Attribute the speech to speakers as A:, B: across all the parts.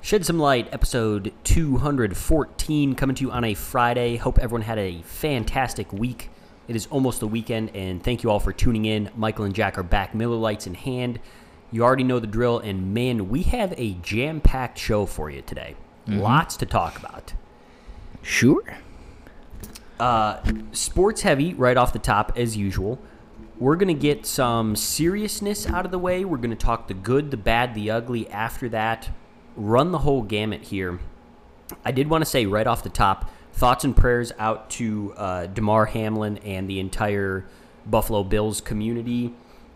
A: Shed Some Light, episode 214, coming to you on a Friday. Hope everyone had a fantastic week. It is almost the weekend, and thank you all for tuning in. Michael and Jack are back, Miller Lights in hand. You already know the drill, and man, we have a jam packed show for you today. Lots to talk about.
B: Sure.
A: Sports heavy right off the top, as usual. We're going to get some seriousness out of the way. We're going to talk the good, the bad, the ugly after that. Run the whole gamut here. I did want to say right off the top thoughts and prayers out to uh, DeMar Hamlin and the entire Buffalo Bills community.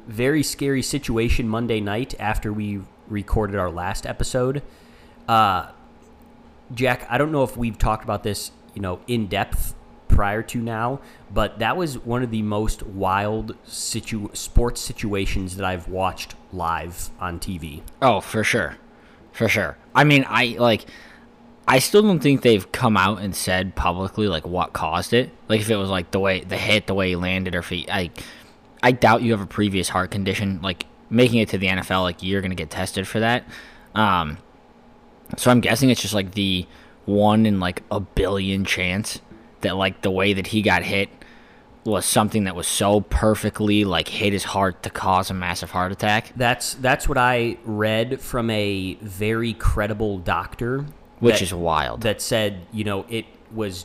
A: Very scary situation Monday night after we recorded our last episode. Jack, I don't know if we've talked about this, you know, in depth prior to now, but that was one of the most wild situ- sports situations that I've watched live on TV.
B: Oh, for sure. For sure. I mean, I like I still don't think they've come out and said publicly like what caused it. Like if it was like the way the hit, the way he landed or if he I I doubt you have a previous heart condition like making it to the NFL like you're going to get tested for that. Um so I'm guessing it's just like the one in like a billion chance that like the way that he got hit was something that was so perfectly like hit his heart to cause a massive heart attack.
A: That's that's what I read from a very credible doctor,
B: Which
A: that-
B: is wild.
A: That said, you know, it was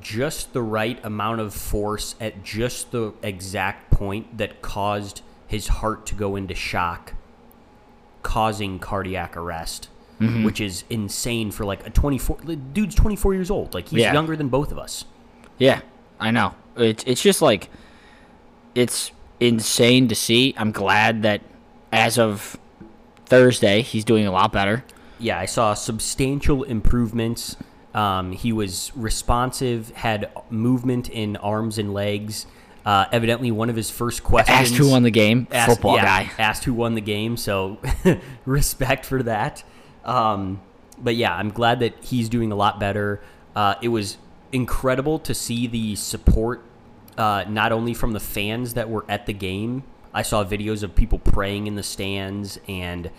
A: just the right amount of force at just the exact point that caused his heart to go into shock, causing cardiac arrest, which is insane for like a twenty four dude's twenty four years old. Like he's
B: Yeah.
A: younger than both of us.
B: Yeah, I know. It's it's just like it's insane to see. I'm glad that as of Thursday, he's doing a lot better.
A: Yeah, I saw substantial improvements. Um, he was responsive, had movement in arms and legs. Uh, evidently, one of his first questions
B: Asked who won the game,
A: asked-
B: football
A: yeah,
B: guy.
A: asked who won the game. So respect for that. Um, but yeah, I'm glad that he's doing a lot better. Uh, it was incredible to see the support, uh, not only from the fans that were at the game. I saw videos of people praying in the stands and,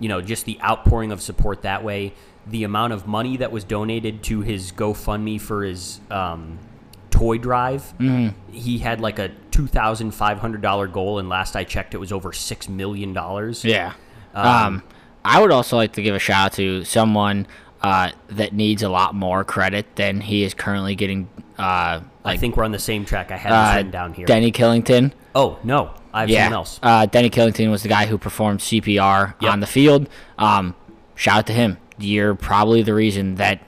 A: you know, just the outpouring of support that way. The amount of money that was donated to his GoFundMe for his um, toy drive.
B: Mm-hmm.
A: He had like a two thousand five hundred dollar goal, and last I checked, it was over six million dollars.
B: Yeah. Um, I would also like to give a shout out to someone uh, that needs a lot more credit than he is currently getting. Uh,
A: I
B: like
A: think we're on the same track. I had this
B: uh,
A: written down here.
B: Denny Killington.
A: oh no, I have
B: Yeah.
A: someone else.
B: Uh, Denny Killington was the guy who performed CPR
A: Yep.
B: on the field. Um, shout out to him. You're probably the reason that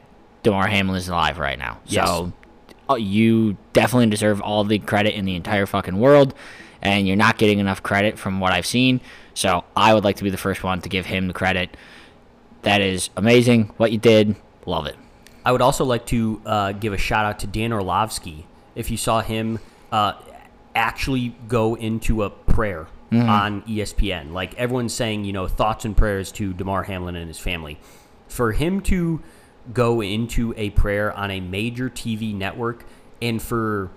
B: DeMar Hamlin is alive right now. So uh, you definitely deserve all the credit in the entire fucking world, and you're not getting enough credit from what I've seen. So I would like to be the first one to give him the credit. That is amazing. What you did, love it.
A: I would also like to uh, give a shout out to Dan Orlovsky. If you saw him uh, actually go into a prayer
B: Mm-hmm.
A: on E ESPN, like everyone's saying, you know, thoughts and prayers to DeMar Hamlin and his family. For him to go into a prayer on a major TV network and for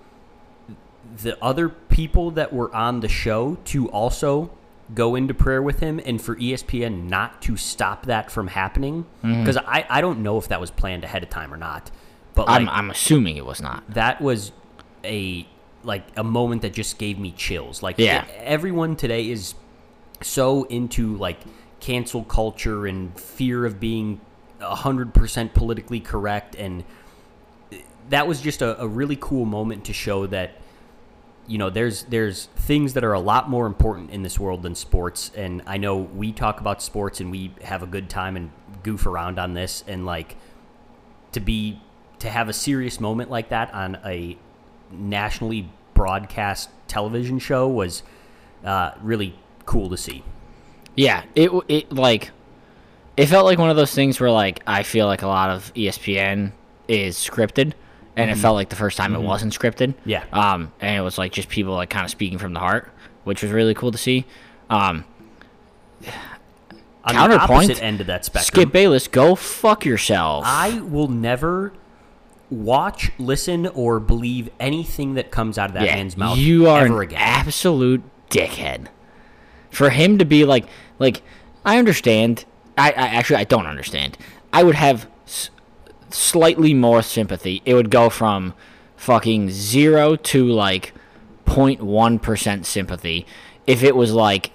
A: the other people that were on the show to also go into prayer with him and for E ESPN not to stop that from happening because I, I don't know if that was planned ahead of time or not but like,
B: I'm, I'm assuming it was not.
A: that was a like a moment that just gave me chills like
B: Yeah.
A: e- everyone today is so into like cancel culture and fear of being 100% politically correct and that was just a, a really cool moment to show that you know there's there's things that are a lot more important in this world than sports and i know we talk about sports and we have a good time and goof around on this and like to be to have a serious moment like that on a nationally broadcast television show was uh, really cool to see
B: Yeah, it w- it like it felt like one of those things where like I feel like a lot of E ESPN is scripted, and it felt like the first time it wasn't scripted.
A: Mm-hmm. Yeah.
B: Um, and it was like just people like kind of speaking from the heart, which was really cool to see. Um,
A: On
B: Counterpoint,
A: the opposite end of that spectrum.
B: Skip Bayless, go fuck yourself.
A: I will never watch, listen, or believe anything that comes out of that man's mouth
B: You are
A: ever
B: an
A: again.
B: absolute dickhead. For him to be like, like, I understand. I, I actually I don't understand. I would have s- slightly more sympathy. It would go from fucking zero to like 0.1 percent sympathy if it was like,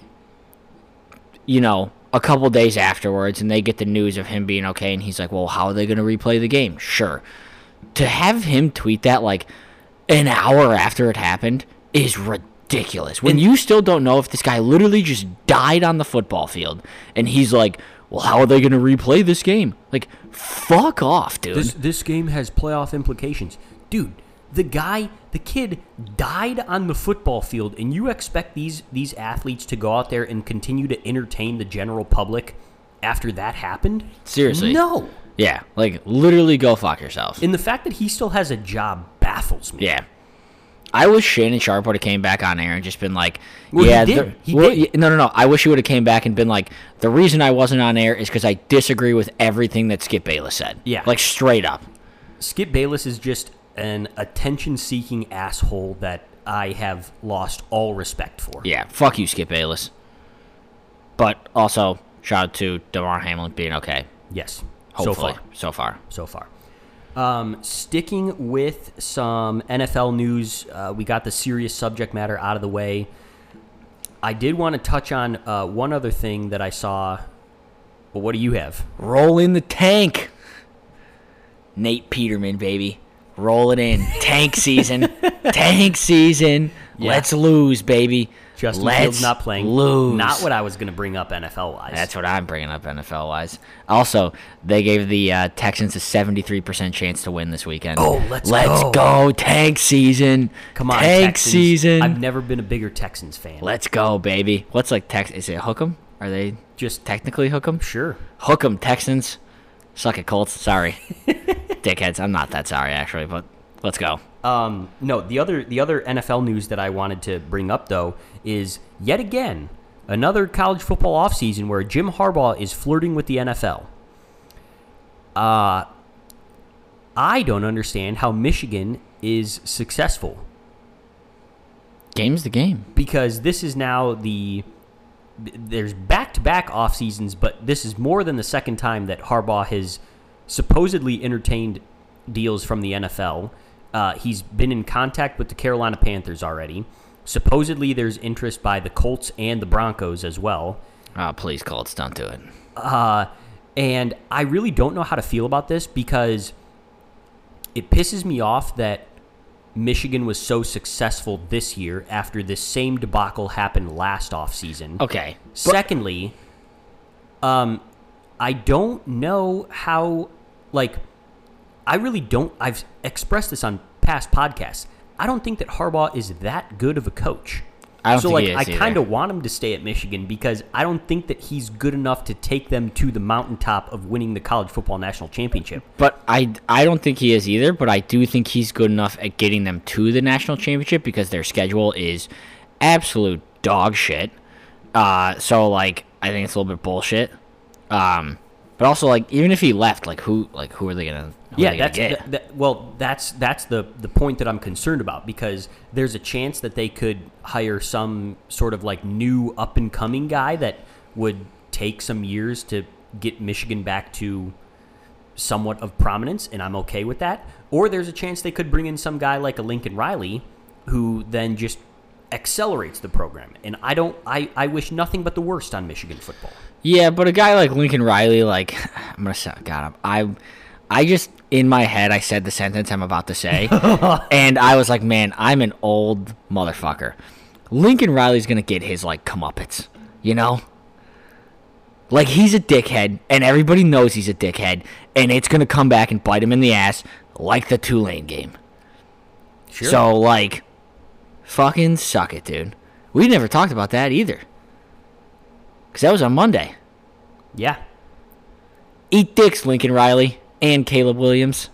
B: you know. A couple days afterwards, and they get the news of him being okay, and he's like, "Well, how are they going to replay the game?" Sure, to have him tweet that like an hour after it happened is ridiculous. When you still don't know if this guy literally just died on the football field and he's like, "Well, how are they going to replay this game?" Like, fuck off, dude.
A: This this game has playoff implications, dude. The guy, the kid, died on the football field, and you expect these these athletes to go out there and continue to entertain the general public after that happened?
B: Seriously.
A: no.
B: yeah, like literally go fuck yourself.
A: And the fact that he still has a job baffles me.
B: yeah. I wish Shannon Sharp would have came back on air and just been like,
A: Well, he
B: "Yeah,
A: did.
B: the-
A: He
B: well,
A: did.
B: y- no, no, no." I wish he would have came back and been like, "The reason I wasn't on air is because I disagree with everything that Skip Bayless said."
A: Yeah.
B: like straight up.
A: Skip Bayless is just an attention-seeking asshole that I have lost all respect for.
B: Yeah, fuck you, Skip Bayless. But also, shout out to Damar Hamlin being okay.
A: Yes.
B: Hopefully,
A: So far.
B: so
A: so
B: far.
A: far. Um, sticking with some NFL news, uh, we got the serious subject matter out of the way. I did want to touch on uh, one other thing that I saw. Well, what do you have?
B: Roll in the tank. Nate Peterman, baby. Roll it in. tank season. tank season.
A: Yeah.
B: Let's lose, baby.
A: Justin
B: Let's
A: Fields not playing.
B: Lose.
A: Not what I was going to bring up NFL wise.
B: That's what I'm bringing up NFL wise. Also, they gave the uh, Texans a 73% chance to win this weekend.
A: Oh, let's
B: let's
A: go.
B: Tank season.
A: Come on,
B: Tank
A: Texans.
B: season.
A: I've never been a bigger Texans fan.
B: Let's go, baby. What's like Tex? Is it hook 'em? Are they
A: Just
B: technically hook 'em?
A: sure.
B: Hook 'em, Texans. Suck it, Colts. Sorry, dickheads. I'm not that sorry actually, but let's go.
A: Um, no, the other the other NFL news that I wanted to bring up though is yet again another college football offseason where Jim Harbaugh is flirting with the NFL. Uh I don't understand how Michigan is successful
B: Game's the game.
A: because this is now the there's back-to-back off seasons, but this is more than the second time that Harbaugh has supposedly entertained deals from the NFL. Uh, he's been in contact with the Carolina Panthers already. Supposedly, there's interest by the Colts and the Broncos as well.
B: Oh, please, Colts, don't do it.
A: Uh, and I really don't know how to feel about this because it pisses me off that Michigan was so successful this year after this same debacle happened last offseason.
B: Okay.
A: Secondly, um, I don't know how, like, I really don't. I've expressed this on past podcasts. I don't think that Harbaugh is that good of a coach.
B: I don't
A: so,
B: think
A: like,
B: he is
A: I
B: either.
A: kind of want him to stay at Michigan because I don't think that he's good enough to take them to the mountaintop of winning the college football national championship.
B: But I, I don't think he is either. But I do think he's good enough at getting them to the national championship because their schedule is absolute dog shit. Uh, so like, I think it's a little bit bullshit. Um, but also like, even if he left, like who, like who are they gonna? Who are
A: yeah,
B: they gonna
A: that's
B: get?
A: th- th- well, that's that's the the point that I'm concerned about because there's a chance that they could hire some sort of like new up and coming guy that would take some years to get Michigan back to somewhat of prominence, and I'm okay with that. Or there's a chance they could bring in some guy like a Lincoln Riley, who then just accelerates the program. And I don't, I, I wish nothing but the worst on Michigan football.
B: Yeah, but a guy like Lincoln Riley, like I'm gonna say, God, I'm, I, I just in my head I said the sentence I'm about to say, and I was like, man, I'm an old motherfucker. Lincoln Riley's gonna get his like comeuppance, you know. Like he's a dickhead, and everybody knows he's a dickhead, and it's gonna come back and bite him in the ass like the Tulane game.
A: Sure.
B: So like, fucking suck it, dude. We never talked about that either, cause that was on Monday.
A: yeah.
B: Eat dicks, Lincoln Riley and Caleb Williams.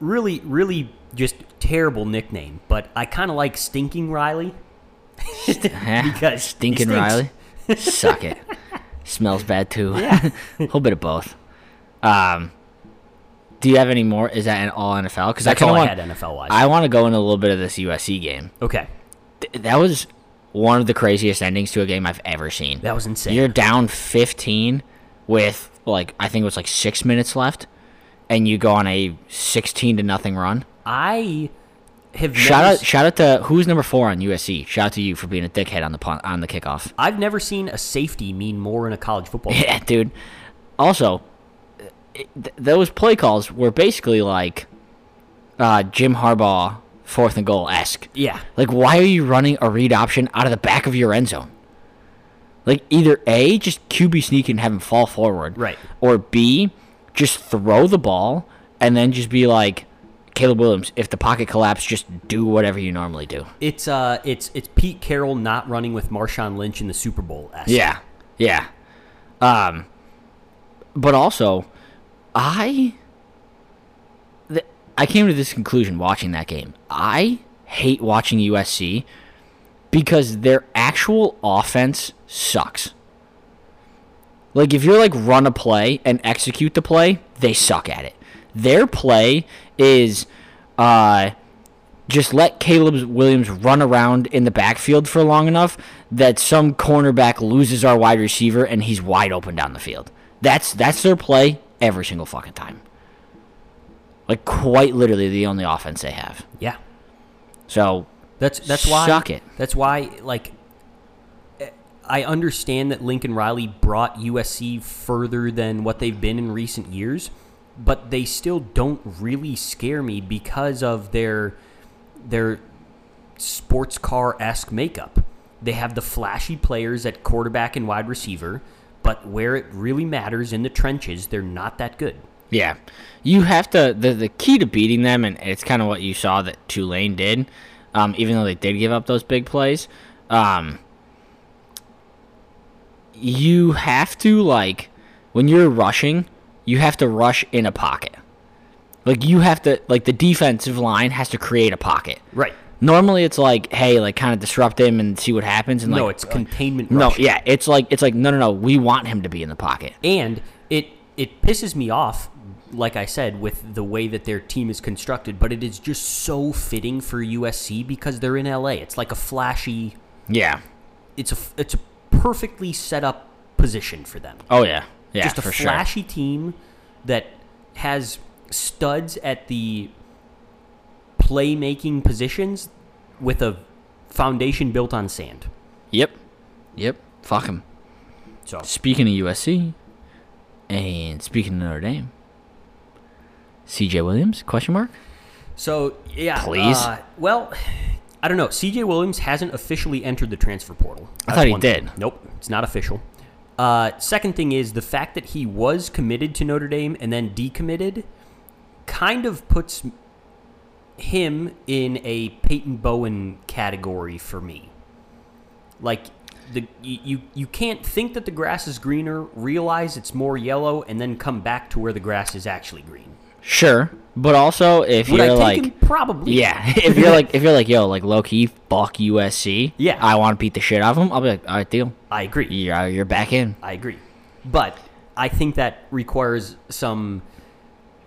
A: Really, really just terrible nickname, but I kind of like Stinking Riley. Because he
B: stinking
A: stinks.
B: Riley, suck it. Smells bad too. a whole bit of both. Um, do you have any more? Is that an all NFL? Because I
A: That's
B: kind
A: all
B: of
A: I
B: want.
A: had NFL wise.
B: I want to go into a little bit of this USC game.
A: Okay.
B: Th- that was one of the craziest endings to a game I've ever seen.
A: That was insane.
B: You're down 15 with like I think it was like six minutes left, and you go on a 16 to nothing run.
A: I have
B: Shout
A: never,
B: out! Shout out to who's number four on USC. Shout out to you for being a dickhead on the pun- on the kickoff.
A: I've never seen a safety mean more in a college football. game.
B: Yeah, dude. Also, it, th- those play calls were basically like uh, Jim Harbaugh fourth and goal esque.
A: yeah.
B: Like, why are you running a read option out of the back of your end zone? Like, either A, just QB sneak and have him fall forward.
A: Right.
B: Or B, just throw the ball and then just be like, Caleb Williams, if the pocket collapsed, just do whatever you normally do.
A: It's uh it's it's Pete Carroll not running with Marshawn Lynch in the Super Bowl.
B: Yeah, yeah. Um, but also, I th- I came to this conclusion watching that game. I hate watching USC because their actual offense sucks. Like if you're like run a play and execute the play, they suck at it. Their play is uh just let Caleb Williams run around in the backfield for long enough that some cornerback loses our wide receiver and he's wide open down the field. That's that's their play every single fucking time. Like quite literally the only offense they have.
A: Yeah.
B: So
A: That's that's why
B: Suck it.
A: That's why like eh, I understand that Lincoln Riley brought USC further than what they've been in recent years, but they still don't really scare me because of their their sports car esque makeup. They have the flashy players at quarterback and wide receiver, but where it really matters in the trenches, they're not that good.
B: Yeah, you have to. The, the key to beating them, and it's kind of what you saw that Tulane did, um, even though they did give up those big plays. Um, you have to like when you're rushing, you have to rush in a pocket. Like you have to like the defensive line has to create a pocket.
A: Right.
B: Normally, it's like, hey, like kind of disrupt him and see what happens. And
A: No,
B: like, uh,
A: it's containment.
B: no,
A: rush.
B: yeah, it's like it's like no, no, no. We want him to be in the pocket.
A: and it it pisses me off like i said with the way that their team is constructed but it is just so fitting for usc because they're in la it's like a flashy
B: Yeah.
A: it's a it's a perfectly set up position for them
B: Oh yeah. Yeah.
A: just a
B: for sure.
A: flashy team that has studs at the playmaking positions with a foundation built on sand
B: Yep. Yep. Fuck him.
A: so
B: Speaking of USC, and speaking of Notre Dame, CJ Williams? Question mark.
A: So yeah,
B: Please?
A: uh, well, I don't know. C.J. Williams hasn't officially entered the transfer portal. That's
B: thought he
A: one thing.
B: did.
A: Nope, it's not official. Uh, second thing is the fact that he was committed to Notre Dame and then decommitted, kind of puts him in a Peyton Bowen category for me. Like the you you- you can't think that the grass is greener, realize it's more yellow, and then come back to where the grass is actually green.
B: Sure, but also if
A: Would I
B: you're
A: take
B: like,
A: him? Probably.
B: yeah, if you're like, if you're like, yo, like low key, fuck USC.
A: Yeah.
B: I want to beat the shit out of him. I'll be like, all right, deal.
A: I agree.
B: You're you're back in.
A: I agree. But I think that requires some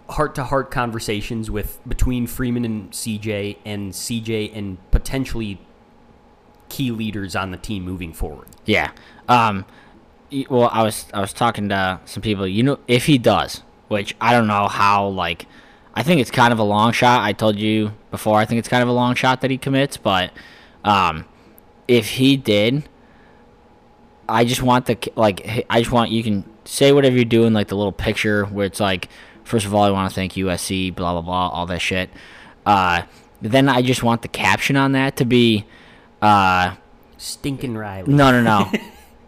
A: heart to heart conversations with between Freeman and CJ and CJ and potentially key leaders on the team moving forward.
B: Yeah. Um. y- Well, I was I was talking to some people. You know, if he does, which I don't know how. Like, I think it's kind of a long shot. I told you before. I think it's kind of a long shot that he commits. But, um, if he did, I just want the ki- like. h- I just want you can say whatever you're doing, like the little picture where it's like, first of all, I want to thank USC, blah blah blah, all that shit. Uh, then I just want the caption on that to be, uh.
A: Stinking Riley.
B: No, no, no.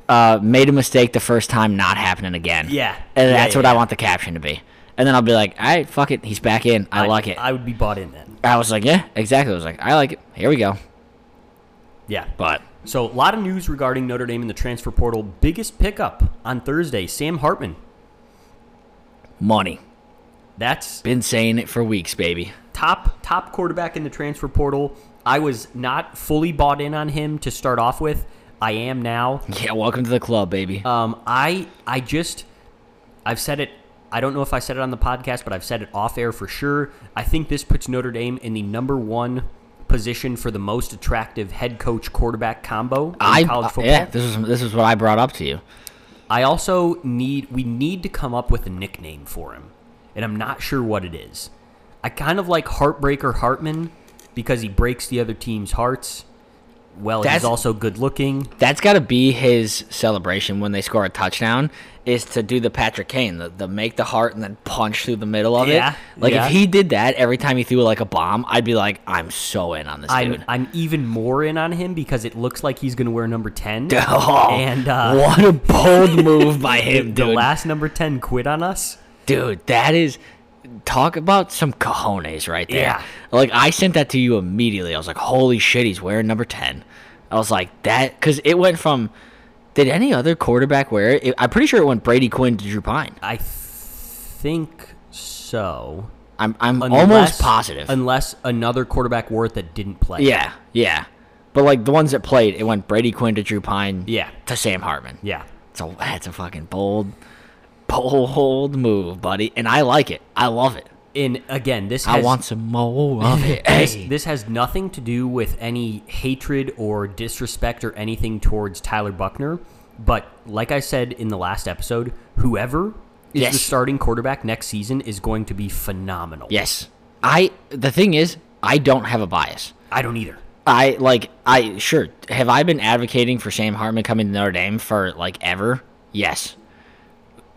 B: uh, made a mistake the first time, not happening again.
A: Yeah.
B: And
A: Yeah,
B: that's
A: yeah,
B: what
A: yeah.
B: I want the caption to be. And then I'll be like, all right, fuck it. He's back in. I, like it. I,
A: I would be bought in then.
B: was like, yeah, exactly. I was like, I like it. Here we go.
A: Yeah.
B: But
A: So, a lot of news regarding Notre Dame in the transfer portal. Biggest pickup on Thursday Sam Hartman.
B: Money.
A: That's
B: Been saying it for weeks, baby.
A: top top quarterback in the transfer portal. I was not fully bought in on him to start off with. I am now.
B: Yeah, welcome to the club, baby.
A: Um, I I just I've said it. I don't know if I said it on the podcast, but I've said it off air for sure. I think this puts Notre Dame in the number one position for the most attractive head coach quarterback combo in
B: I uh,
A: college football.
B: yeah, this is this is what I brought up to you.
A: I also need we need to come up with a nickname for him, and I'm not sure what it is. I kind of like Heartbreaker Hartman because he breaks the other team's hearts. Well,
B: That's-
A: he's also good looking.
B: That's got to be his celebration when they score a touchdown is to do the Patrick Kane, the, the make the heart and then punch through the middle of
A: Yeah,
B: it. Like
A: yeah.
B: if he did that every time he threw like a bomb, I'd be like, I'm so in on this
A: I'm
B: dude.
A: I'm even more in on him because it looks like he's going to wear number ten.
B: Oh,
A: and uh,
B: what a bold move by him,
A: the
B: dude.
A: last number ten quit on us.
B: Dude, that is talk about some cojones right there.
A: Yeah.
B: Like I sent that to you immediately. I was like, "Holy shit, he's wearing number 10." I was like, "That cuz it went from did any other quarterback wear it? I'm pretty sure it went Brady Quinn to Drew Pine.
A: I think so.
B: I'm I'm
A: Unless-
B: almost positive.
A: Unless another quarterback wore it that didn't play.
B: yeah, yeah. But like the ones that played, it went Brady Quinn to Drew Pine.
A: Yeah.
B: To Sam Hartman.
A: Yeah.
B: So that's a fucking bold, bold move, buddy. And I like it. I love it.
A: And again, this
B: I
A: has
B: want some more of it.
A: This,
B: Hey.
A: this has nothing to do with any hatred or disrespect or anything towards Tyler Buckner. But like I said in the last episode, whoever is the
B: Yes.
A: starting quarterback next season is going to be phenomenal.
B: Yes. I the thing is, I don't have a bias.
A: I don't either.
B: I like I sure have I been advocating for Sam Hartman coming to Notre Dame for like ever? Yes.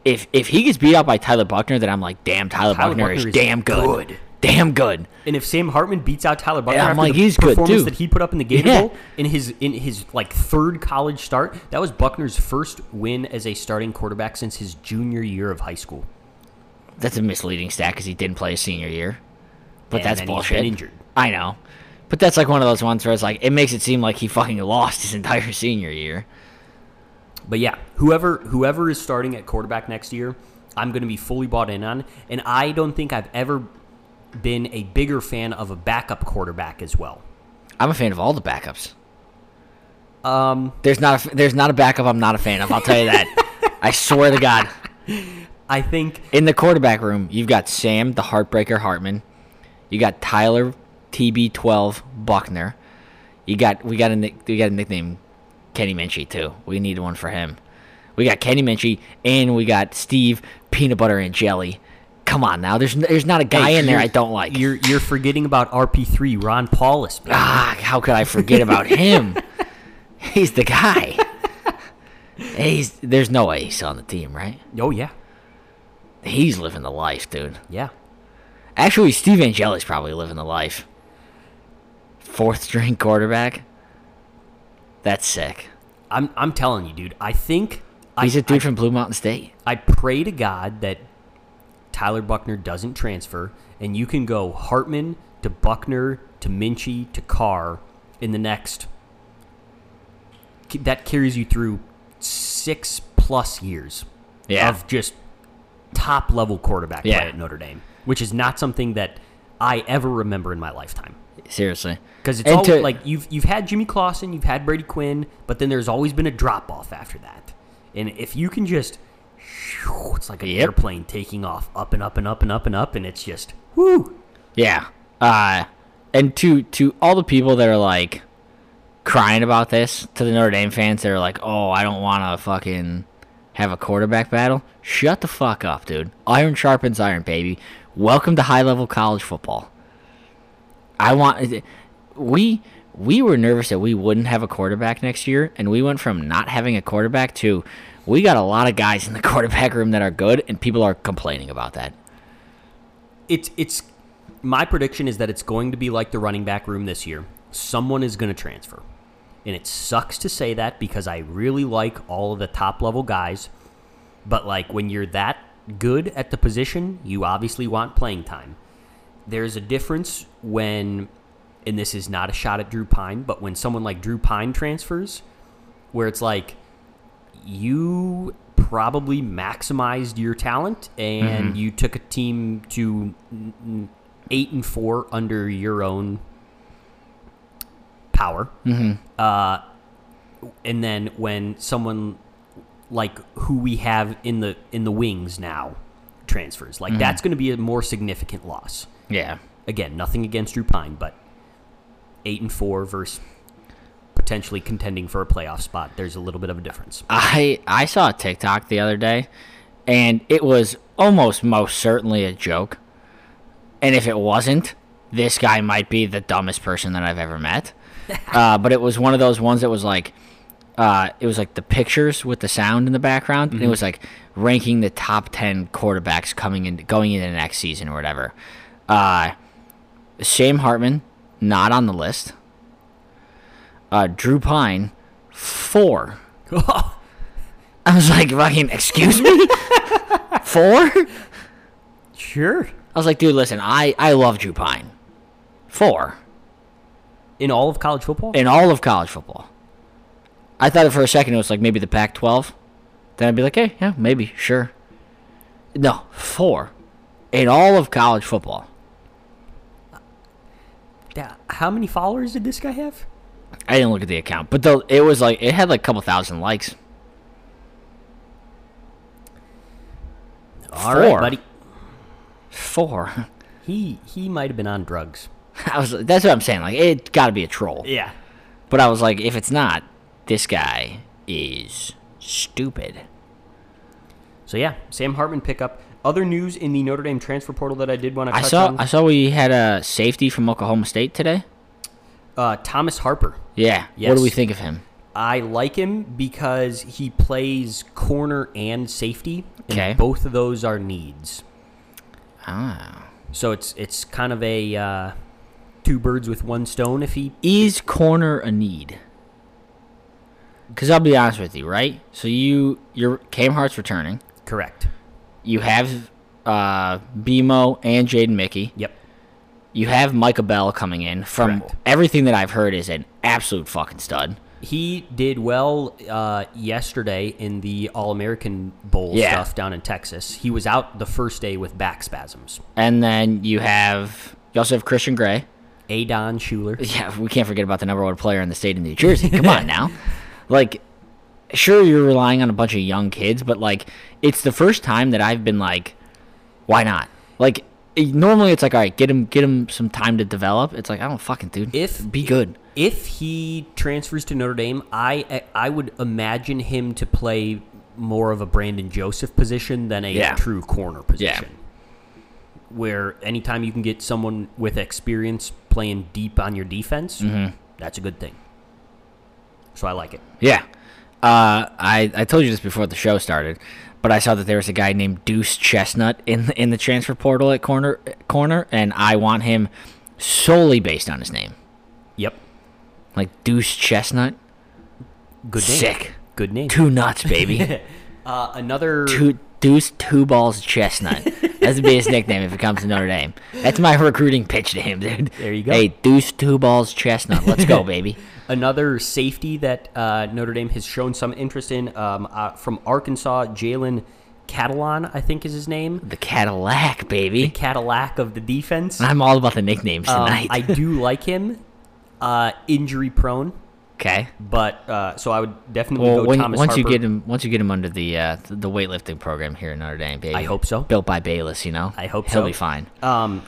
B: If if he gets beat out by Tyler Buckner, then I'm like, damn, Tyler,
A: Tyler
B: Buckner,
A: Buckner
B: is,
A: is
B: damn good.
A: good.
B: Damn good.
A: And if Sam Hartman beats out Tyler Buckner
B: Yeah, I'm
A: after
B: like,
A: the
B: he's good,
A: performance
B: too.
A: that he put up in the Gator
B: Yeah.
A: Bowl in his in his like third college start, that was Buckner's first win as a starting quarterback since his junior year of high school.
B: That's a misleading stat because he didn't play his senior year. But
A: And
B: that's
A: then he's
B: bullshit.
A: been injured.
B: I know. But that's like one of those ones where it's like it makes it seem like he fucking lost his entire senior year.
A: But yeah, whoever whoever is starting at quarterback next year, I'm going to be fully bought in on. And I don't think I've ever been a bigger fan of a backup quarterback as well.
B: I'm a fan of all the backups. Um, there's not a, there's not a backup I'm not a fan of. I'll tell you that. I swear to God.
A: I think
B: In the quarterback room, you've got Sam the Heartbreaker Hartman. You got Tyler TB12 Buckner. You got we got a nick, we got a nickname Kenny Minchie too. We need one for him. We got Kenny Minchie and we got Steve Peanut Butter and Jelly. Come on now. There's n- there's not a guy in there
A: you're-
B: I don't like.
A: you're you're forgetting about RP3 Ron Paulus. man.
B: Ah, how could I forget about him? He's the guy. He's there's no way he's on the team, right?
A: Oh yeah.
B: He's living the life, dude.
A: Yeah.
B: Actually, Steve Angeli's probably living the life. Fourth string quarterback. That's sick.
A: I'm I'm telling you, dude. I think I
B: He's a dude from Blue Mountain State.
A: I pray to God that Tyler Buckner doesn't transfer, and you can go Hartman to Buckner to Minchie to Carr in the next. That carries you through six plus years
B: Yeah.
A: of just top level quarterback
B: Yeah.
A: play at Notre Dame, which is not something that I ever remember in my lifetime.
B: Seriously.
A: Because it's
B: And
A: always
B: to-
A: like you've you've had Jimmy Clausen, you've had Brady Quinn, but then there's always been a drop off after that. And if you can just, it's like an
B: Yep.
A: airplane taking off up and up and up and up and up, and it's just whoo.
B: Yeah. Uh, and to to all the people that are like crying about this, to the Notre Dame fans that are like, "Oh, I don't want to fucking have a quarterback battle." Shut the fuck up, dude. Iron sharpens iron, baby. Welcome to high level college football. I want we we were nervous that we wouldn't have a quarterback next year, and we went from not having a quarterback to we got a lot of guys in the quarterback room that are good, and people are complaining about that.
A: It's it's my prediction is that it's going to be like the running back room this year. Someone is going to transfer, and it sucks to say that because I really like all of the top level guys, but like when you're that good at the position, you obviously want playing time. there's a difference when and this is not a shot at Drew Pine, but when someone like Drew Pine transfers, where it's like you probably maximized your talent and you took a team to n- n- eight and four under your own power. Uh, and then when someone like who we have in the in the wings now transfers, like that's going to be a more significant loss.
B: Yeah.
A: Again, nothing against Drew Pine, but eight and four versus potentially contending for a playoff spot. There's a little bit of a difference.
B: I I saw a TikTok the other day, and it was almost most certainly a joke. And if it wasn't, this guy might be the dumbest person that I've ever met. uh, but it was one of those ones that was like, uh, it was like the pictures with the sound in the background, and it was like ranking the top ten quarterbacks coming in going into next season or whatever. Uh, Sam Hartman not on the list. Uh, Drew Pine four. I was like, fucking, excuse me? Four? I
A: sure.
B: was like, dude, listen, I, I love Drew Pine. Four.
A: In all of college football?
B: In all of college football. I thought for a second it was like maybe the Pac 12. Then I'd be like, hey, yeah, maybe, sure. No, four. In all of college football.
A: Yeah. How many followers did this guy have?
B: I didn't look at the account, but the, it was like, it had like a couple thousand likes.
A: All right,
B: Four.
A: buddy.
B: Four.
A: He he might have been on drugs.
B: I was, that's what I'm saying. Like, it got to be a troll.
A: Yeah.
B: But I was like, if it's not, this guy is stupid.
A: So yeah, Sam Hartman pickup. Other news in the Notre Dame transfer portal that I did want to
B: I
A: touch
B: saw
A: on.
B: I saw we had a safety from Oklahoma State today.
A: uh, Thomas Harper.
B: Yeah. What do we
A: Yes.
B: think of him?
A: I like him because he plays corner and safety, and
B: Okay.
A: both of those are needs.
B: Ah.
A: So it's it's kind of a uh, two birds with one stone. If he
B: Is corner a need? Cuz I'll be honest with you, right? So you your Cam Hart's returning.
A: correct.
B: You have uh BMO and Jaden Mickey.
A: Yep.
B: You have Micah Bell coming in from
A: Correct.
B: everything that I've heard is an absolute fucking stud.
A: He did well uh, yesterday in the All American Bowl
B: Yeah.
A: stuff down in Texas. He was out the first day with back spasms.
B: And then you have you also have Christian Gray.
A: Adon Schuler.
B: yeah, we can't forget about the number one player in the state of New Jersey. Come on now. Like, sure, you're relying on a bunch of young kids, but, like, it's the first time that I've been like, why not? Like, eh, normally it's like, all right, get him, get him some time to develop. It's like, I don't fucking, dude.
A: If-
B: be good.
A: If he transfers to Notre Dame, I I would imagine him to play more of a Brandon Joseph position than a
B: Yeah.
A: true corner position. Where anytime you can get someone with experience playing deep on your defense,
B: Mm-hmm.
A: that's a good thing. So I like it.
B: Yeah. Uh, I, I told you this before the show started, but I saw that there was a guy named Deuce Chestnut in the, in the transfer portal at corner corner, and I want him solely based on his name,
A: Yep.
B: like Deuce Chestnut.
A: Good name.
B: Sick.
A: Good name.
B: Two nuts, baby.
A: Uh, another
B: two Deuce Two Balls Chestnut. That's the biggest nickname if it comes to Notre Dame. That's my recruiting pitch to him, dude.
A: There you go.
B: Hey, Deuce Two Balls Chestnut. Let's go, baby.
A: Another safety that uh, Notre Dame has shown some interest in um, uh, from Arkansas, Jalen Catalon, I think is his name.
B: The Cadillac, baby.
A: Cadillac of the defense. Um,
B: I'm all about the nicknames tonight.
A: I do like him. Uh, injury prone,
B: okay.
A: but uh, so I would definitely
B: Well,
A: go
B: when,
A: Thomas
B: once you
A: Harper.
B: get him, once you get him under the uh, th- the weightlifting program here in Notre Dame, baby.
A: I hope so.
B: Built by Bayless, you know.
A: I hope
B: he'll
A: so.
B: be fine.
A: Um,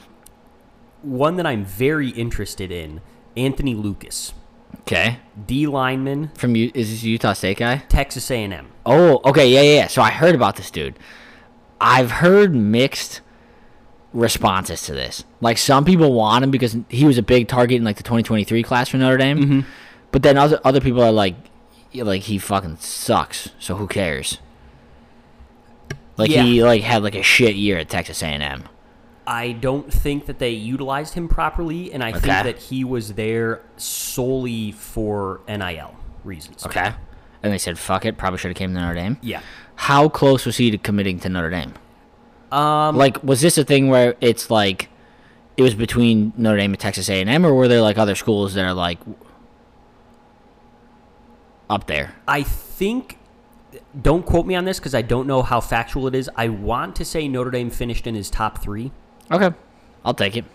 A: one that I'm very interested in, Anthony Lucas,
B: Okay.
A: D lineman,
B: From U- is this a Utah State guy?
A: Texas A&M.
B: Oh, okay, yeah, yeah, yeah. So I heard about this dude. I've heard mixed responses to this. Like some people want him because he was a big target in like the 2023 class for Notre Dame, but then other other people are like, yeah, like he fucking sucks. So who cares? Like he like had like a shit year at Texas A&M.
A: I don't think that they utilized him properly, and I
B: Okay.
A: think that he was there solely for NIL reasons.
B: Okay, and they said fuck it, probably should have came to Notre Dame.
A: Yeah.
B: How close was he to committing to Notre Dame? Um, like, was this a thing where it's like it was between Notre Dame and Texas A and M, or were there like other schools that are like up there?
A: I think. Don't quote me on this because I don't know how factual it is. I want to say Notre Dame finished in his top three,
B: Okay, I'll take it.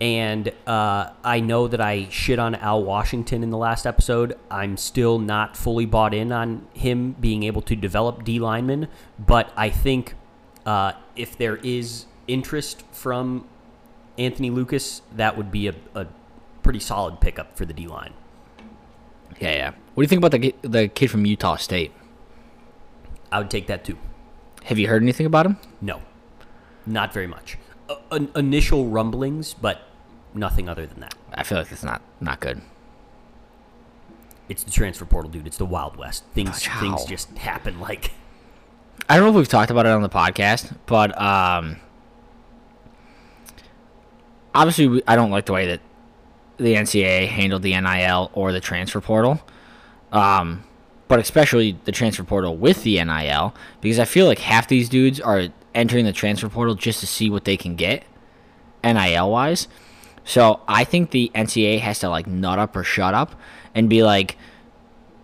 A: and uh, I know that I shit on Al Washington in the last episode. I'm still not fully bought in on him being able to develop D linemen, but I think uh, if there is interest from Anthony Lucas, that would be a, a pretty solid pickup for the D line.
B: Yeah, yeah. What do you think about the ki- the kid from Utah State?
A: I would take that too.
B: Have you heard anything about him?
A: No, not very much. Uh, in- initial rumblings, but nothing other than that.
B: I feel like it's not not good.
A: It's the transfer portal, dude. It's the Wild West. Things
B: But
A: things
B: how?
A: just happen like
B: I don't know if we've talked about it on the podcast, but um, obviously we, I don't like the way that the NCAA handled the NIL or the transfer portal, um, but especially the transfer portal with the NIL because I feel like half these dudes are entering the transfer portal just to see what they can get, NIL wise. So I think the NCAA has to like nut up or shut up and be like,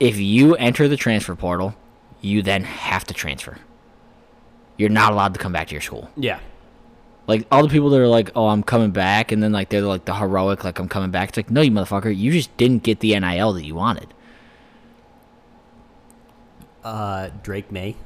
B: if you enter the transfer portal, you then have to transfer. You're not allowed to come back to your school.
A: yeah.
B: Like all the people that are like, "Oh, I'm coming back," and then like they're like the heroic, like I'm coming back. It's like, no, you motherfucker, you just didn't get the NIL that you wanted.
A: Uh, Drake May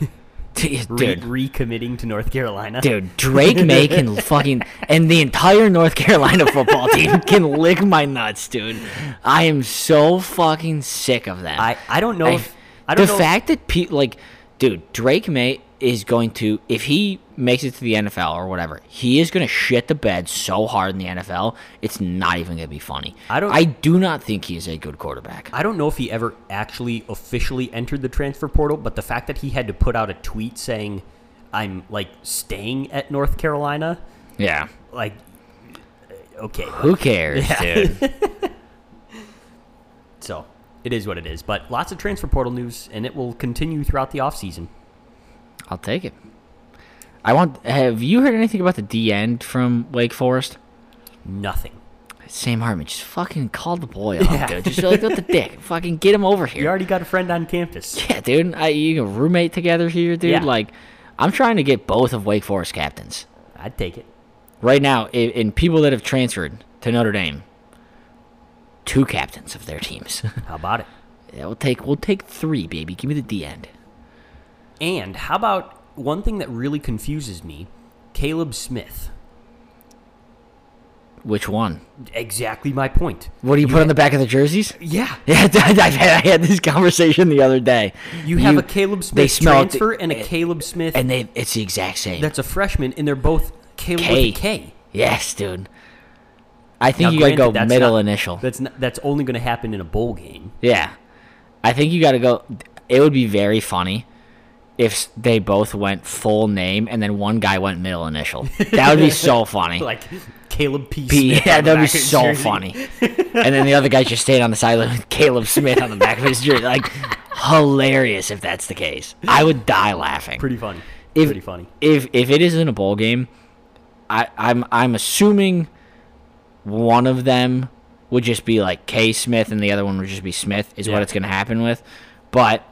A: re-
B: Dude,
A: recommitting to North Carolina.
B: dude, Drake May can fucking and the entire North Carolina football team can lick my nuts, dude. I am so fucking sick of them.
A: I I don't know
B: I-
A: if I don't
B: the
A: know.
B: fact that people like, dude, Drake May is going to if he makes it to the NFL or whatever, he is going to shit the bed so hard in the NFL. It's not even going to be funny.
A: I don't-
B: I do not think he is a good quarterback.
A: I don't know if he ever actually officially entered the transfer portal, but the fact that he had to put out a tweet saying, "I'm like staying at North Carolina,"
B: yeah.
A: like, uh, okay,
B: Who cares, dude?
A: So it is what it is. But lots of transfer portal news, and it will continue throughout the offseason.
B: I'll take it. I want. Have you heard anything about the D end from Wake Forest?
A: Nothing.
B: Sam Hartman just fucking called the boy up, dude. Just like what the dick, fucking get him over here.
A: You already got a friend on campus.
B: Yeah, dude. I, you can roommate together here, dude.
A: Yeah.
B: Like, I'm trying to get both of Wake Forest captains
A: I'd take it.
B: right now. i- In people that have transferred to Notre Dame, two captains of their teams.
A: How about it?
B: yeah, we'll take we'll take three, baby. Give me the D end.
A: And how about one thing that really confuses me Caleb Smith.
B: Which one?
A: Exactly my point.
B: What do you, put on the back of the jerseys?
A: Yeah.
B: Yeah, I had, I had this conversation the other day.
A: You have a Caleb
B: they
A: Smith
B: smell it-
A: transfer and a Caleb Smith
B: and they it's the exact same.
A: that's a freshman, and they're both Caleb with
B: K.
A: a K.
B: yes, dude. I think
A: Now,
B: you gotta
A: granted,
B: go
A: that's
B: middle
A: not-
B: initial.
A: That's not, that's only going to happen in a bowl game.
B: Yeah. I think you got to go. It would be very funny if s- they both went full name and then one guy went middle initial. That would be so funny.
A: Like Caleb P.
B: Be-
A: Smith
B: yeah,
A: on the
B: that
A: back
B: would be
A: of his
B: so
A: jersey.
B: funny. And then the other guy just stayed on the sideline with Caleb Smith on the back of his jersey. Like, hilarious if that's the case. I would die laughing.
A: Pretty funny.
B: If-
A: Pretty funny.
B: If if it isn't a bowl game, I, I'm I'm assuming one of them would just be like K Smith and the other one would just be Smith is
A: Yeah.
B: what it's gonna happen with. But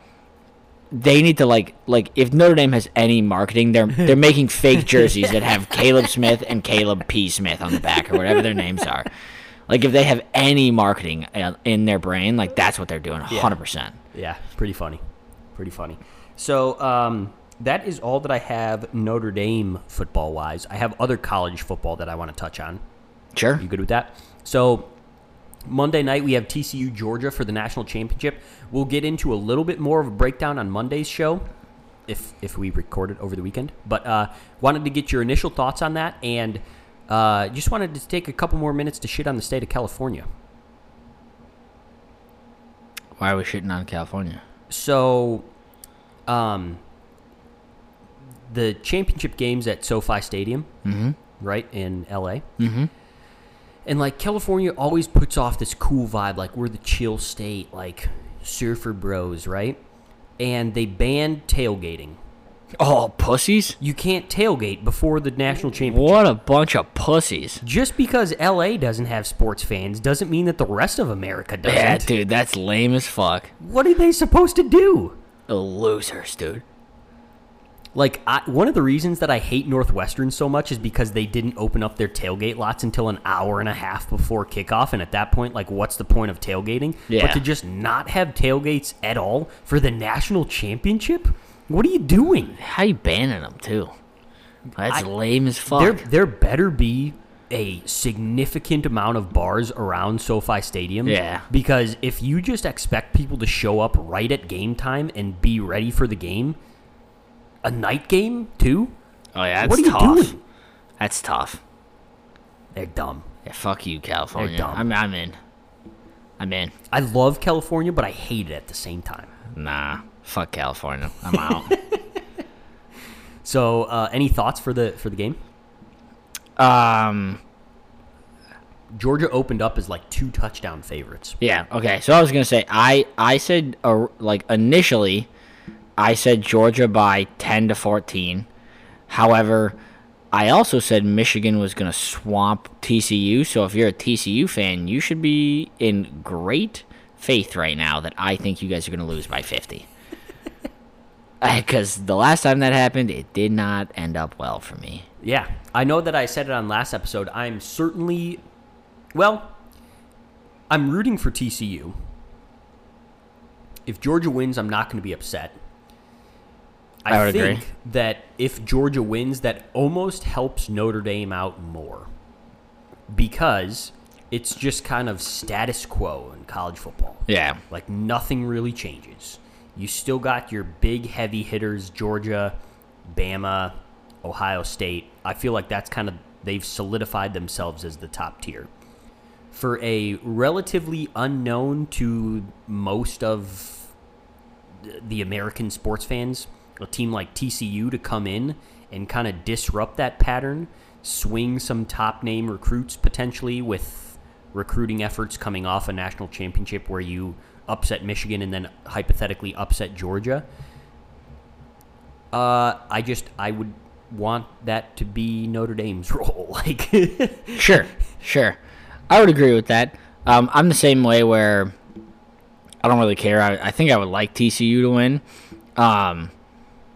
B: they need to like like if Notre Dame has any marketing, they're they're making fake jerseys that have Caleb Smith and Caleb P Smith on the back or whatever their names are. Like if they have any marketing uh, in their brain, like that's what they're doing, hundred percent.
A: Yeah, pretty funny. Pretty funny. So um, that is all that I have Notre Dame football wise. I have other college football that I want to touch on.
B: Sure.
A: You good with that? So Monday night we have TCU Georgia for the national championship. We'll get into a little bit more of a breakdown on Monday's show if if we record it over the weekend. But uh, wanted to get your initial thoughts on that and uh, just wanted to take a couple more minutes to shit on the state of California.
B: Why are we shitting on California?
A: So, um, the championship games at SoFi Stadium, right in LA, mm-hmm. and like California always puts off this cool vibe, like we're the chill state, like surfer bros, right? And they banned tailgating
B: Oh, pussies!
A: You can't tailgate before the national championship.
B: What a bunch of pussies!
A: Just because LA doesn't have sports fans doesn't mean that the rest of America doesn't.
B: Yeah, dude, that's lame as fuck.
A: What are they supposed to do?
B: Losers, dude.
A: Like I, one of the reasons that I hate Northwestern so much is because they didn't open up their tailgate lots until an hour and a half before kickoff, and at that point, like, what's the point of tailgating?
B: Yeah.
A: But to just not have tailgates at all for the national championship, what are you doing?
B: How you banning them too? That's
A: I-
B: lame as fuck.
A: There, there better be a significant amount of bars around SoFi Stadium.
B: Yeah.
A: Because if you just expect people to show up right at game time and be ready for the game, a night game too.
B: oh yeah, that's
A: what are you
B: tough.
A: doing?
B: That's tough.
A: They're dumb.
B: Yeah, fuck you, California.
A: dumb.
B: I'm, I'm in. I'm in.
A: I love California, but I hate it at the same time.
B: Nah, fuck California. I'm out.
A: So, uh, any thoughts for the for the game?
B: um,
A: Georgia opened up as like two touchdown favorites.
B: yeah. Okay. So I was gonna say, I I said uh, like initially, I said Georgia by ten to fourteen. However, I also said Michigan was gonna swamp TCU. So if you're a TCU fan, you should be in great faith right now that I think you guys are gonna lose by fifty. Because the last time that happened, it did not end up well for me.
A: Yeah, I know that I said it on last episode. I'm certainly, well, I'm rooting for TCU. If Georgia wins, I'm not going to be upset.
B: I would agree.
A: think that if Georgia wins, that almost helps Notre Dame out more because it's just kind of status quo in college football.
B: Yeah.
A: Like nothing really changes. You still got your big heavy hitters, Georgia, Bama, Ohio State. I feel like that's kind of they've solidified themselves as the top tier. For a relatively unknown to most of th- the American sports fans, a team like TCU to come in and kind of disrupt that pattern, swing some top name recruits potentially with recruiting efforts coming off a national championship where you upset Michigan and then hypothetically upset Georgia. Uh, I just I would want that to be Notre Dame's role. Like,
B: Sure, sure. I would agree with that. Um, I'm the same way where I don't really care. I, I think I would like TCU to win, um,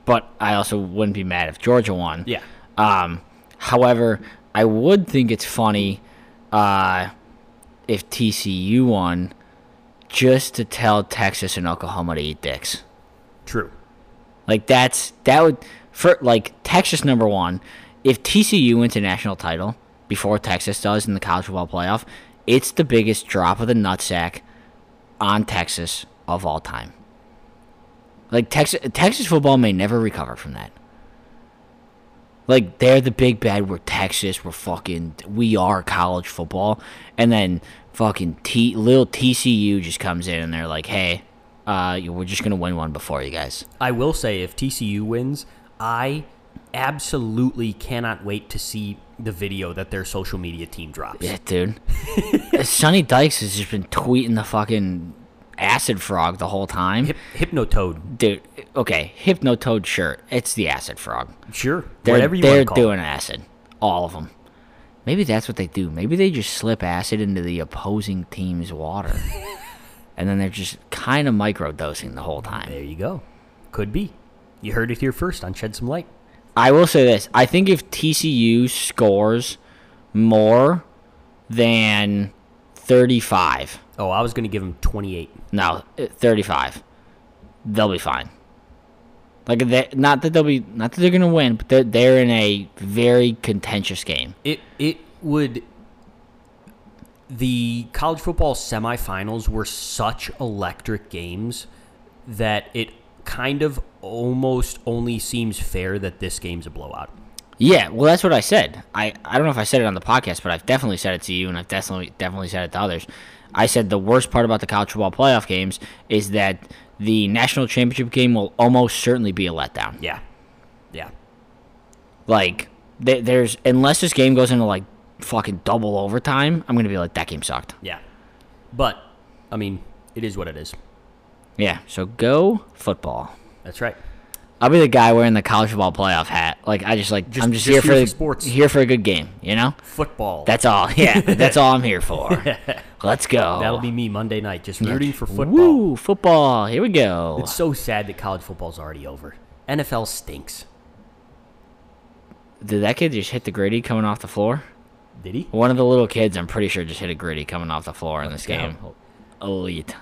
B: but I also wouldn't be mad if Georgia won.
A: yeah,
B: Um, however, I would think it's funny uh, if TCU won just to tell Texas and Oklahoma to eat dicks.
A: true.
B: Like that's that would for like Texas number one. If TCU wins a national title before Texas does in the college football playoff, it's the biggest drop of the nutsack on Texas of all time. Like Texas, Texas football may never recover from that. Like they're the big bad. We're Texas. We're fucking. We are college football. And then fucking T little TCU just comes in and they're like, hey, uh, we're just gonna win one before you guys.
A: I will say if TCU wins, I absolutely cannot wait to see the video that their social media team drops.
B: Yeah, dude. Sonny Dykes has just been tweeting the fucking acid frog the whole time.
A: Hyp- Hypnotoad,
B: Dude, okay, hypnotoad shirt. It's the acid frog.
A: sure,
B: They're,
A: whatever you
B: they're
A: want to call. it.
B: doing acid. All of them. Maybe that's what they do. Maybe they just slip acid into the opposing team's water. and then they're just kind of microdosing the whole time.
A: There you go. Could be. You heard it here first on Shed Some Light.
B: I will say this. I think if TCU scores more than 35,
A: Oh, I was going to give him 28.
B: No, uh, 35. They'll be fine. Like they, not that they'll be not that they're gonna win, but they're they're in a very contentious game.
A: It it would the college football semifinals were such electric games that it kind of almost only seems fair that this game's a blowout.
B: Yeah, well that's what I said. I, I don't know if I said it on the podcast, but I've definitely said it to you and I've definitely definitely said it to others. I said the worst part about the college football playoff games is that the national championship game will almost certainly be a letdown.
A: Yeah. Yeah.
B: Like th- there's unless this game goes into like fucking double overtime, I'm gonna be like that game sucked.
A: Yeah. But I mean, it is what it is.
B: Yeah, so go football.
A: That's right.
B: I'll be the guy wearing the college football playoff hat. Like I just like
A: Just-
B: I'm just,
A: just
B: here,
A: here for
B: for
A: sports.
B: here for a good game. You know,
A: Football.
B: that's all. Yeah, that's all I'm here for. Let's go.
A: That'll be me Monday night, just rooting Oh. for football.
B: Woo, football. Here we go.
A: It's so sad that college football's already over. NFL stinks.
B: Did that kid just hit the gritty coming off the floor?
A: Did he?
B: One of the little kids, I'm pretty sure, just hit a gritty coming off the floor in this game.
A: Yeah.
B: Elite.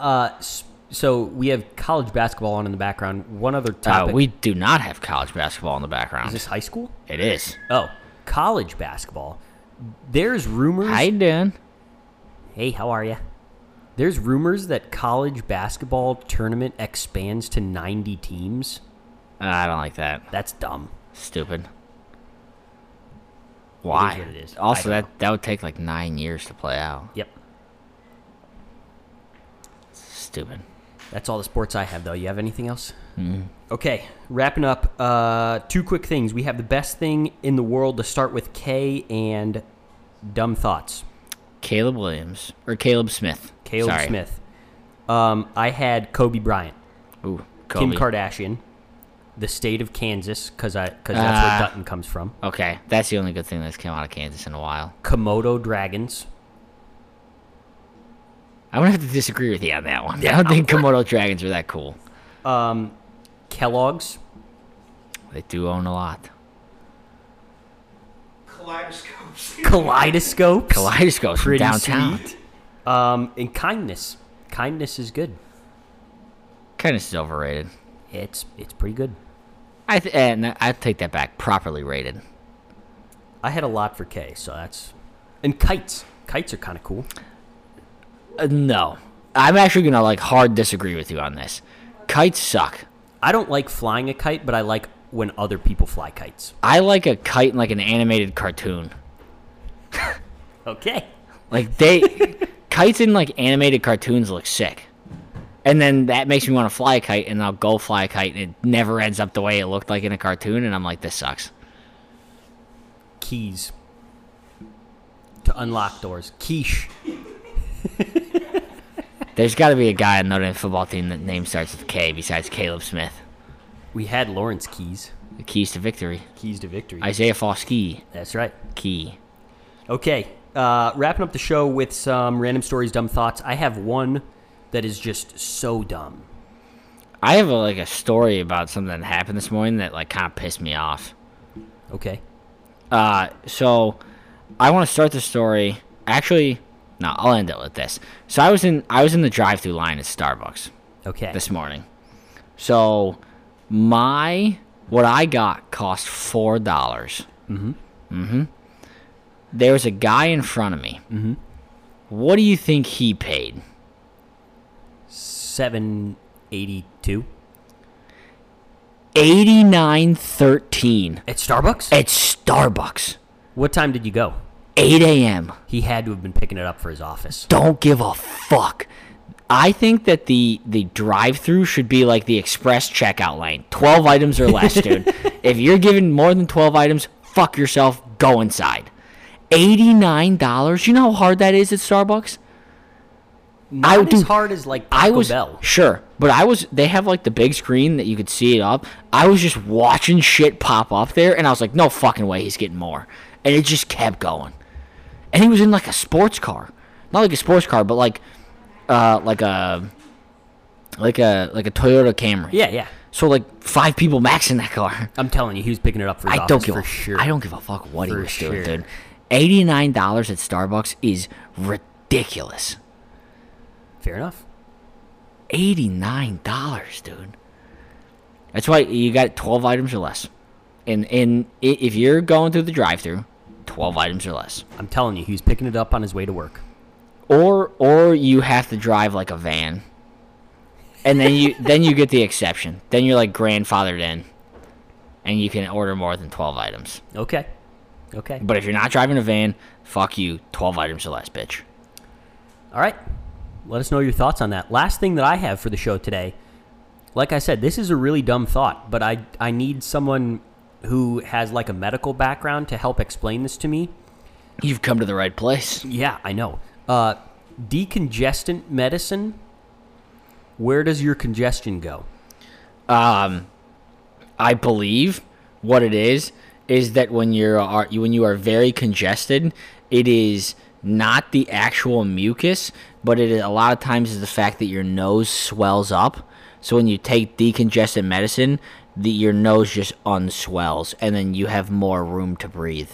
A: Uh, s- so we have college basketball on in the background. One other
B: Uh,
A: topic.
B: we do not have college basketball in the
A: is
B: background.
A: this high school?
B: it is.
A: Oh, college basketball. There's rumors.
B: How you doing?
A: Hey, how are you? There's rumors that college basketball tournament expands to 90 teams.
B: Uh, I don't like that.
A: That's dumb.
B: Stupid. Why?
A: what it is. I
B: Also,
A: don't
B: that that would take like nine years to play out.
A: Yep.
B: Stupid.
A: That's all the sports I have, though. You have anything else?
B: Mm-hmm.
A: Okay, wrapping up. Uh, two quick things. We have the best thing in the world to start with K and dumb thoughts.
B: Caleb Williams or Caleb Smith.
A: Caleb
B: Sorry.
A: Smith. Um, I had Kobe Bryant,
B: Ooh, Kobe.
A: Kim Kardashian, the state of Kansas, because I because that's
B: Ah.
A: where Dutton comes from.
B: Okay, that's the only good thing that's come out of Kansas in a while.
A: Komodo dragons.
B: I'm gonna have to disagree with you on that one. I don't think Komodo dragons are that cool.
A: Kellogg's.
B: They do own a lot.
C: Kaleidoscopes.
A: Kaleidoscopes.
B: Kaleidoscopes from
A: Pretty
B: downtown.
A: sweet. Um, and kindness. Kindness is good.
B: Kindness is overrated.
A: It's it's pretty good.
B: I th- and I take that back. Properly rated.
A: I had a lot for K, so that's and kites. Kites are kind of cool.
B: Uh, no, I'm actually gonna like hard disagree with you on this. Kites suck.
A: I don't like flying a kite, but I like when other people fly kites.
B: I like a kite in like an animated cartoon.
A: Okay.
B: Like they kites in like animated cartoons look sick. And then that makes me want to fly a kite and I'll go fly a kite and it never ends up the way it looked like in a cartoon and I'm like this sucks.
A: Keys to unlock doors. Quiche.
B: There's got to be a guy on Notre Dame football team that name starts with K besides Caleb Smith.
A: We had Lawrence Keys.
B: The keys to victory.
A: Keys to victory.
B: Isaiah Foskey.
A: that's right.
B: Key.
A: Okay. Uh, wrapping up the show with some random stories, dumb thoughts. I have one that is just so dumb.
B: I have a, like a story about something that happened this morning that like kind of pissed me off.
A: Okay.
B: Uh, so I want to start the story. Actually, no, I'll end it with this. So I was in I was in the drive-through line at Starbucks
A: Okay.
B: this morning. So my what I got cost four dollars. Mm-hmm. Mm-hmm. There was a guy in front of me. Mm-hmm. What do you think he paid?
A: Seven eighty-two
B: Eighty-nine thirteen
A: at Starbucks.
B: at Starbucks,
A: What time did you go?
B: eight a.m.
A: He had to have been picking it up for his office.
B: don't give a fuck. I think that the the drive through should be like the express checkout lane. Twelve items or less, dude. if you're given more than twelve items, fuck yourself. Go inside. Eighty nine dollars. You know how hard that is at Starbucks.
A: Not as
B: dude,
A: hard as like Taco
B: I was
A: Bell.
B: sure, but I was. They have like the big screen that you could see it up. I was just watching shit pop up there, and I was like, no fucking way, he's getting more, and it just kept going. And he was in like a sports car, not like a sports car, but like, uh, like a, like a like a Toyota Camry.
A: Yeah, yeah.
B: So like five people max in that car.
A: I'm telling you, he was picking it up for his
B: I
A: office
B: don't give
A: for
B: a
A: sure.
B: I don't give a fuck what he
A: For
B: was doing,
A: sure.
B: dude. Eighty nine dollars at Starbucks is ridiculous.
A: Fair enough.
B: eighty nine dollars, dude. That's why you got twelve items or less, and and i- if you're going through the drive through, twelve items or less,
A: I'm telling you, he was picking it up on his way to work.
B: or or you have to drive like a van, and then you then you get the exception. Then you're like grandfathered in, and you can order more than twelve items.
A: Okay. Okay.
B: But if you're not driving a van, fuck you, twelve items or less, bitch.
A: All right. Let us know your thoughts on that. Last thing that I have for the show today, like I said, this is a really dumb thought, but I I need someone who has like a medical background to help explain this to me.
B: You've come to the right place.
A: Yeah, I know. Uh, decongestant medicine. Where does your congestion go?
B: Um, I believe what it is is that when you're uh, are, when you are very congested, it is not the actual mucus, but it is, a lot of times is the fact that your nose swells up. So when you take decongestant medicine, the, your nose just unswells, and then you have more room to breathe.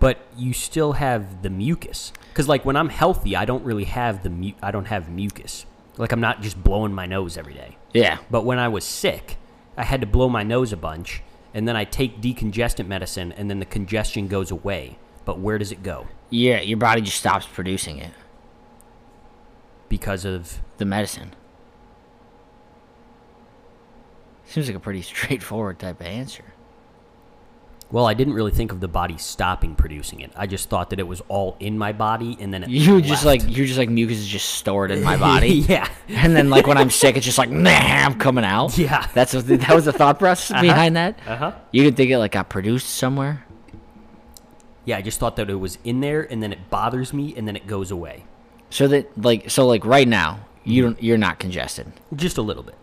A: but you still have the mucus. Because like when I'm healthy, I don't really have the mu- I don't have mucus. Like I'm not just blowing my nose every day.
B: Yeah,
A: But when I was sick, I had to blow my nose a bunch, and then I take decongestant medicine, and then the congestion goes away. But where does it go?
B: yeah, your body just stops producing it.
A: Because of
B: The medicine. Seems like a pretty straightforward type of answer.
A: well, I didn't really think of the body stopping producing it. I just thought that it was all in my body, and then it
B: You were just like
A: left.
B: you're just like mucus is just stored in my body.
A: yeah.
B: And then like when I'm sick, it's just like nah, I'm coming out.
A: Yeah.
B: that's what that was the thought process behind that.
A: Uh-huh.
B: You could think it like got produced somewhere.
A: Yeah, I just thought that it was in there, and then it bothers me, and then it goes away,
B: So that like so like right now you don't you're not congested.
A: just a little bit.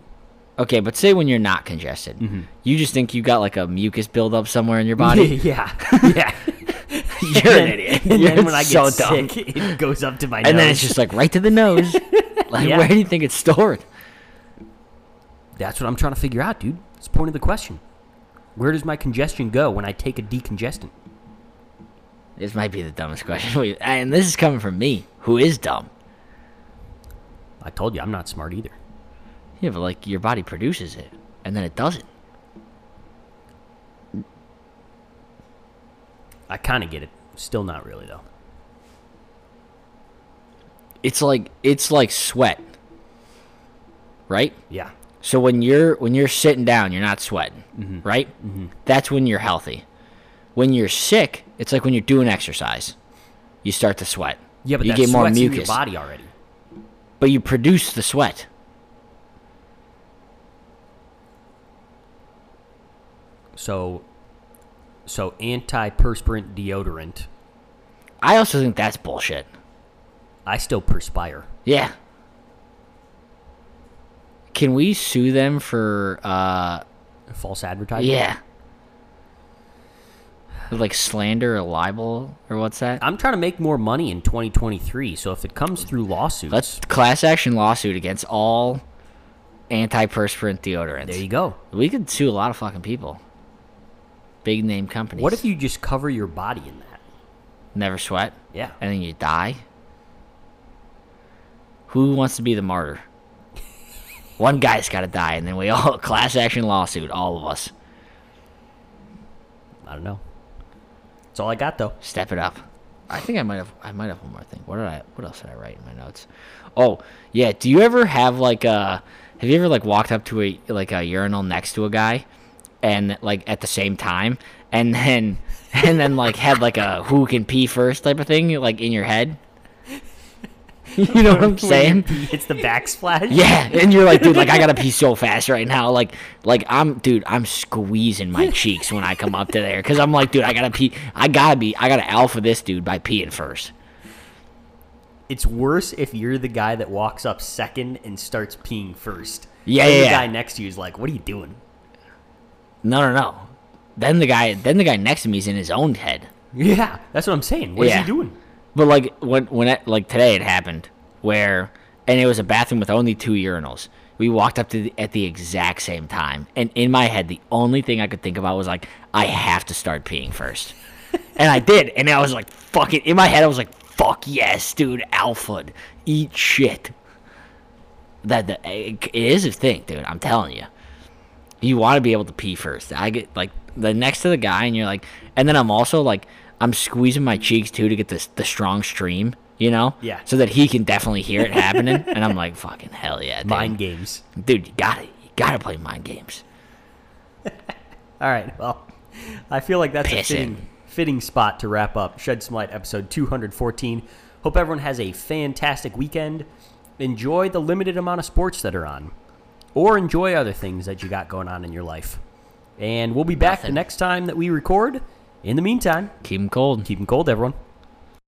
B: Okay, but say when you're not congested,
A: Mm-hmm.
B: you just think you got like a mucus buildup somewhere in your body.
A: yeah, yeah.
B: you're
A: And
B: an
A: then-
B: idiot.
A: And
B: You're
A: then when I
B: so
A: get
B: dumb.
A: sick, it goes up to my nose.
B: and then it's just like right to the nose. like
A: Yeah.
B: where do you think it's stored?
A: that's what I'm trying to figure out, dude. It's the point of the question. Where does my congestion go when I take a decongestant?
B: This might be the dumbest question. we- And this is coming from me, who is dumb.
A: I told you I'm not smart either.
B: Yeah, but like your body produces it, and then it doesn't.
A: I kind of get it. Still not really though.
B: It's like it's like sweat, right?
A: Yeah.
B: So when you're when you're sitting down, you're not sweating,
A: Mm-hmm.
B: right? That's when you're healthy. When you're sick, it's like when you're doing exercise, you start to sweat.
A: Yeah, but
B: you
A: that
B: get more
A: sweat's in your
B: mucus,
A: body already.
B: but you produce the sweat.
A: So, so antiperspirant deodorant.
B: I also think that's bullshit.
A: I still perspire.
B: Yeah. Can we sue them for uh
A: False advertising.
B: yeah. Like slander or libel or what's that?
A: I'm trying to make more money in 2023. So if it comes through lawsuits,
B: Let's class action lawsuit against all antiperspirant deodorants.
A: there you go.
B: We could sue a lot of fucking people. Big name companies.
A: What if you just cover your body in that?
B: never sweat
A: Yeah.
B: and then you die? Who wants to be the martyr? One guy's got to die, and then we all class action lawsuit, all of us.
A: I don't know. That's all I got though.
B: Step it up. I think I might have. I might have one more thing. What did I? What else did I write in my notes? Oh yeah. Do you ever have like a? Have you ever like walked up to a like a urinal next to a guy, and like at the same time, and then and then like had like a who can pee first type of thing like in your head. You know what I'm saying?
A: It's the backsplash.
B: Yeah, and you're like, dude, like I gotta pee so fast right now. Like, like I'm, dude, I'm squeezing my cheeks when I come up to there because I'm like, dude, I gotta pee. I gotta be, I gotta alpha this dude by peeing first.
A: It's worse if you're the guy that walks up second and starts peeing first.
B: Yeah,
A: Then
B: yeah,
A: The
B: yeah.
A: guy next to you is like, "What are you doing?"
B: No, no, no. Then the guy, then the guy next to me is in his own head.
A: Yeah, that's what I'm saying. What is
B: Yeah.
A: he doing?
B: But like when when it, like today it happened where and it was a bathroom with only two urinals. We walked up to the, at the exact same time, and in my head, the only thing I could think about was like, I have to start peeing first, and I did, and I was like, fuck it. In my head, I was like, fuck yes, dude, alpha, eat shit. That, that it is a thing, dude. I'm telling you you want to be able to pee first. I get like the next to the guy, and you're like, and then I'm also like, I'm squeezing my cheeks too to get this the strong stream, you know,
A: Yeah.
B: so that he can definitely hear it happening. and I'm like, fucking hell yeah, dude.
A: Mind games.
B: dude, you got it, you gotta play mind games.
A: All right. Well, I feel like that's a
B: Pissing.
A: fitting, fitting spot to wrap up Shed Some Light episode 214. Hope everyone has a fantastic weekend. Enjoy the limited amount of sports that are on, or enjoy other things that you got going on in your life. And we'll be back the
B: Nothing.
A: next time that we record. In the meantime,
B: Keep him cold.
A: keep 'em cold, everyone.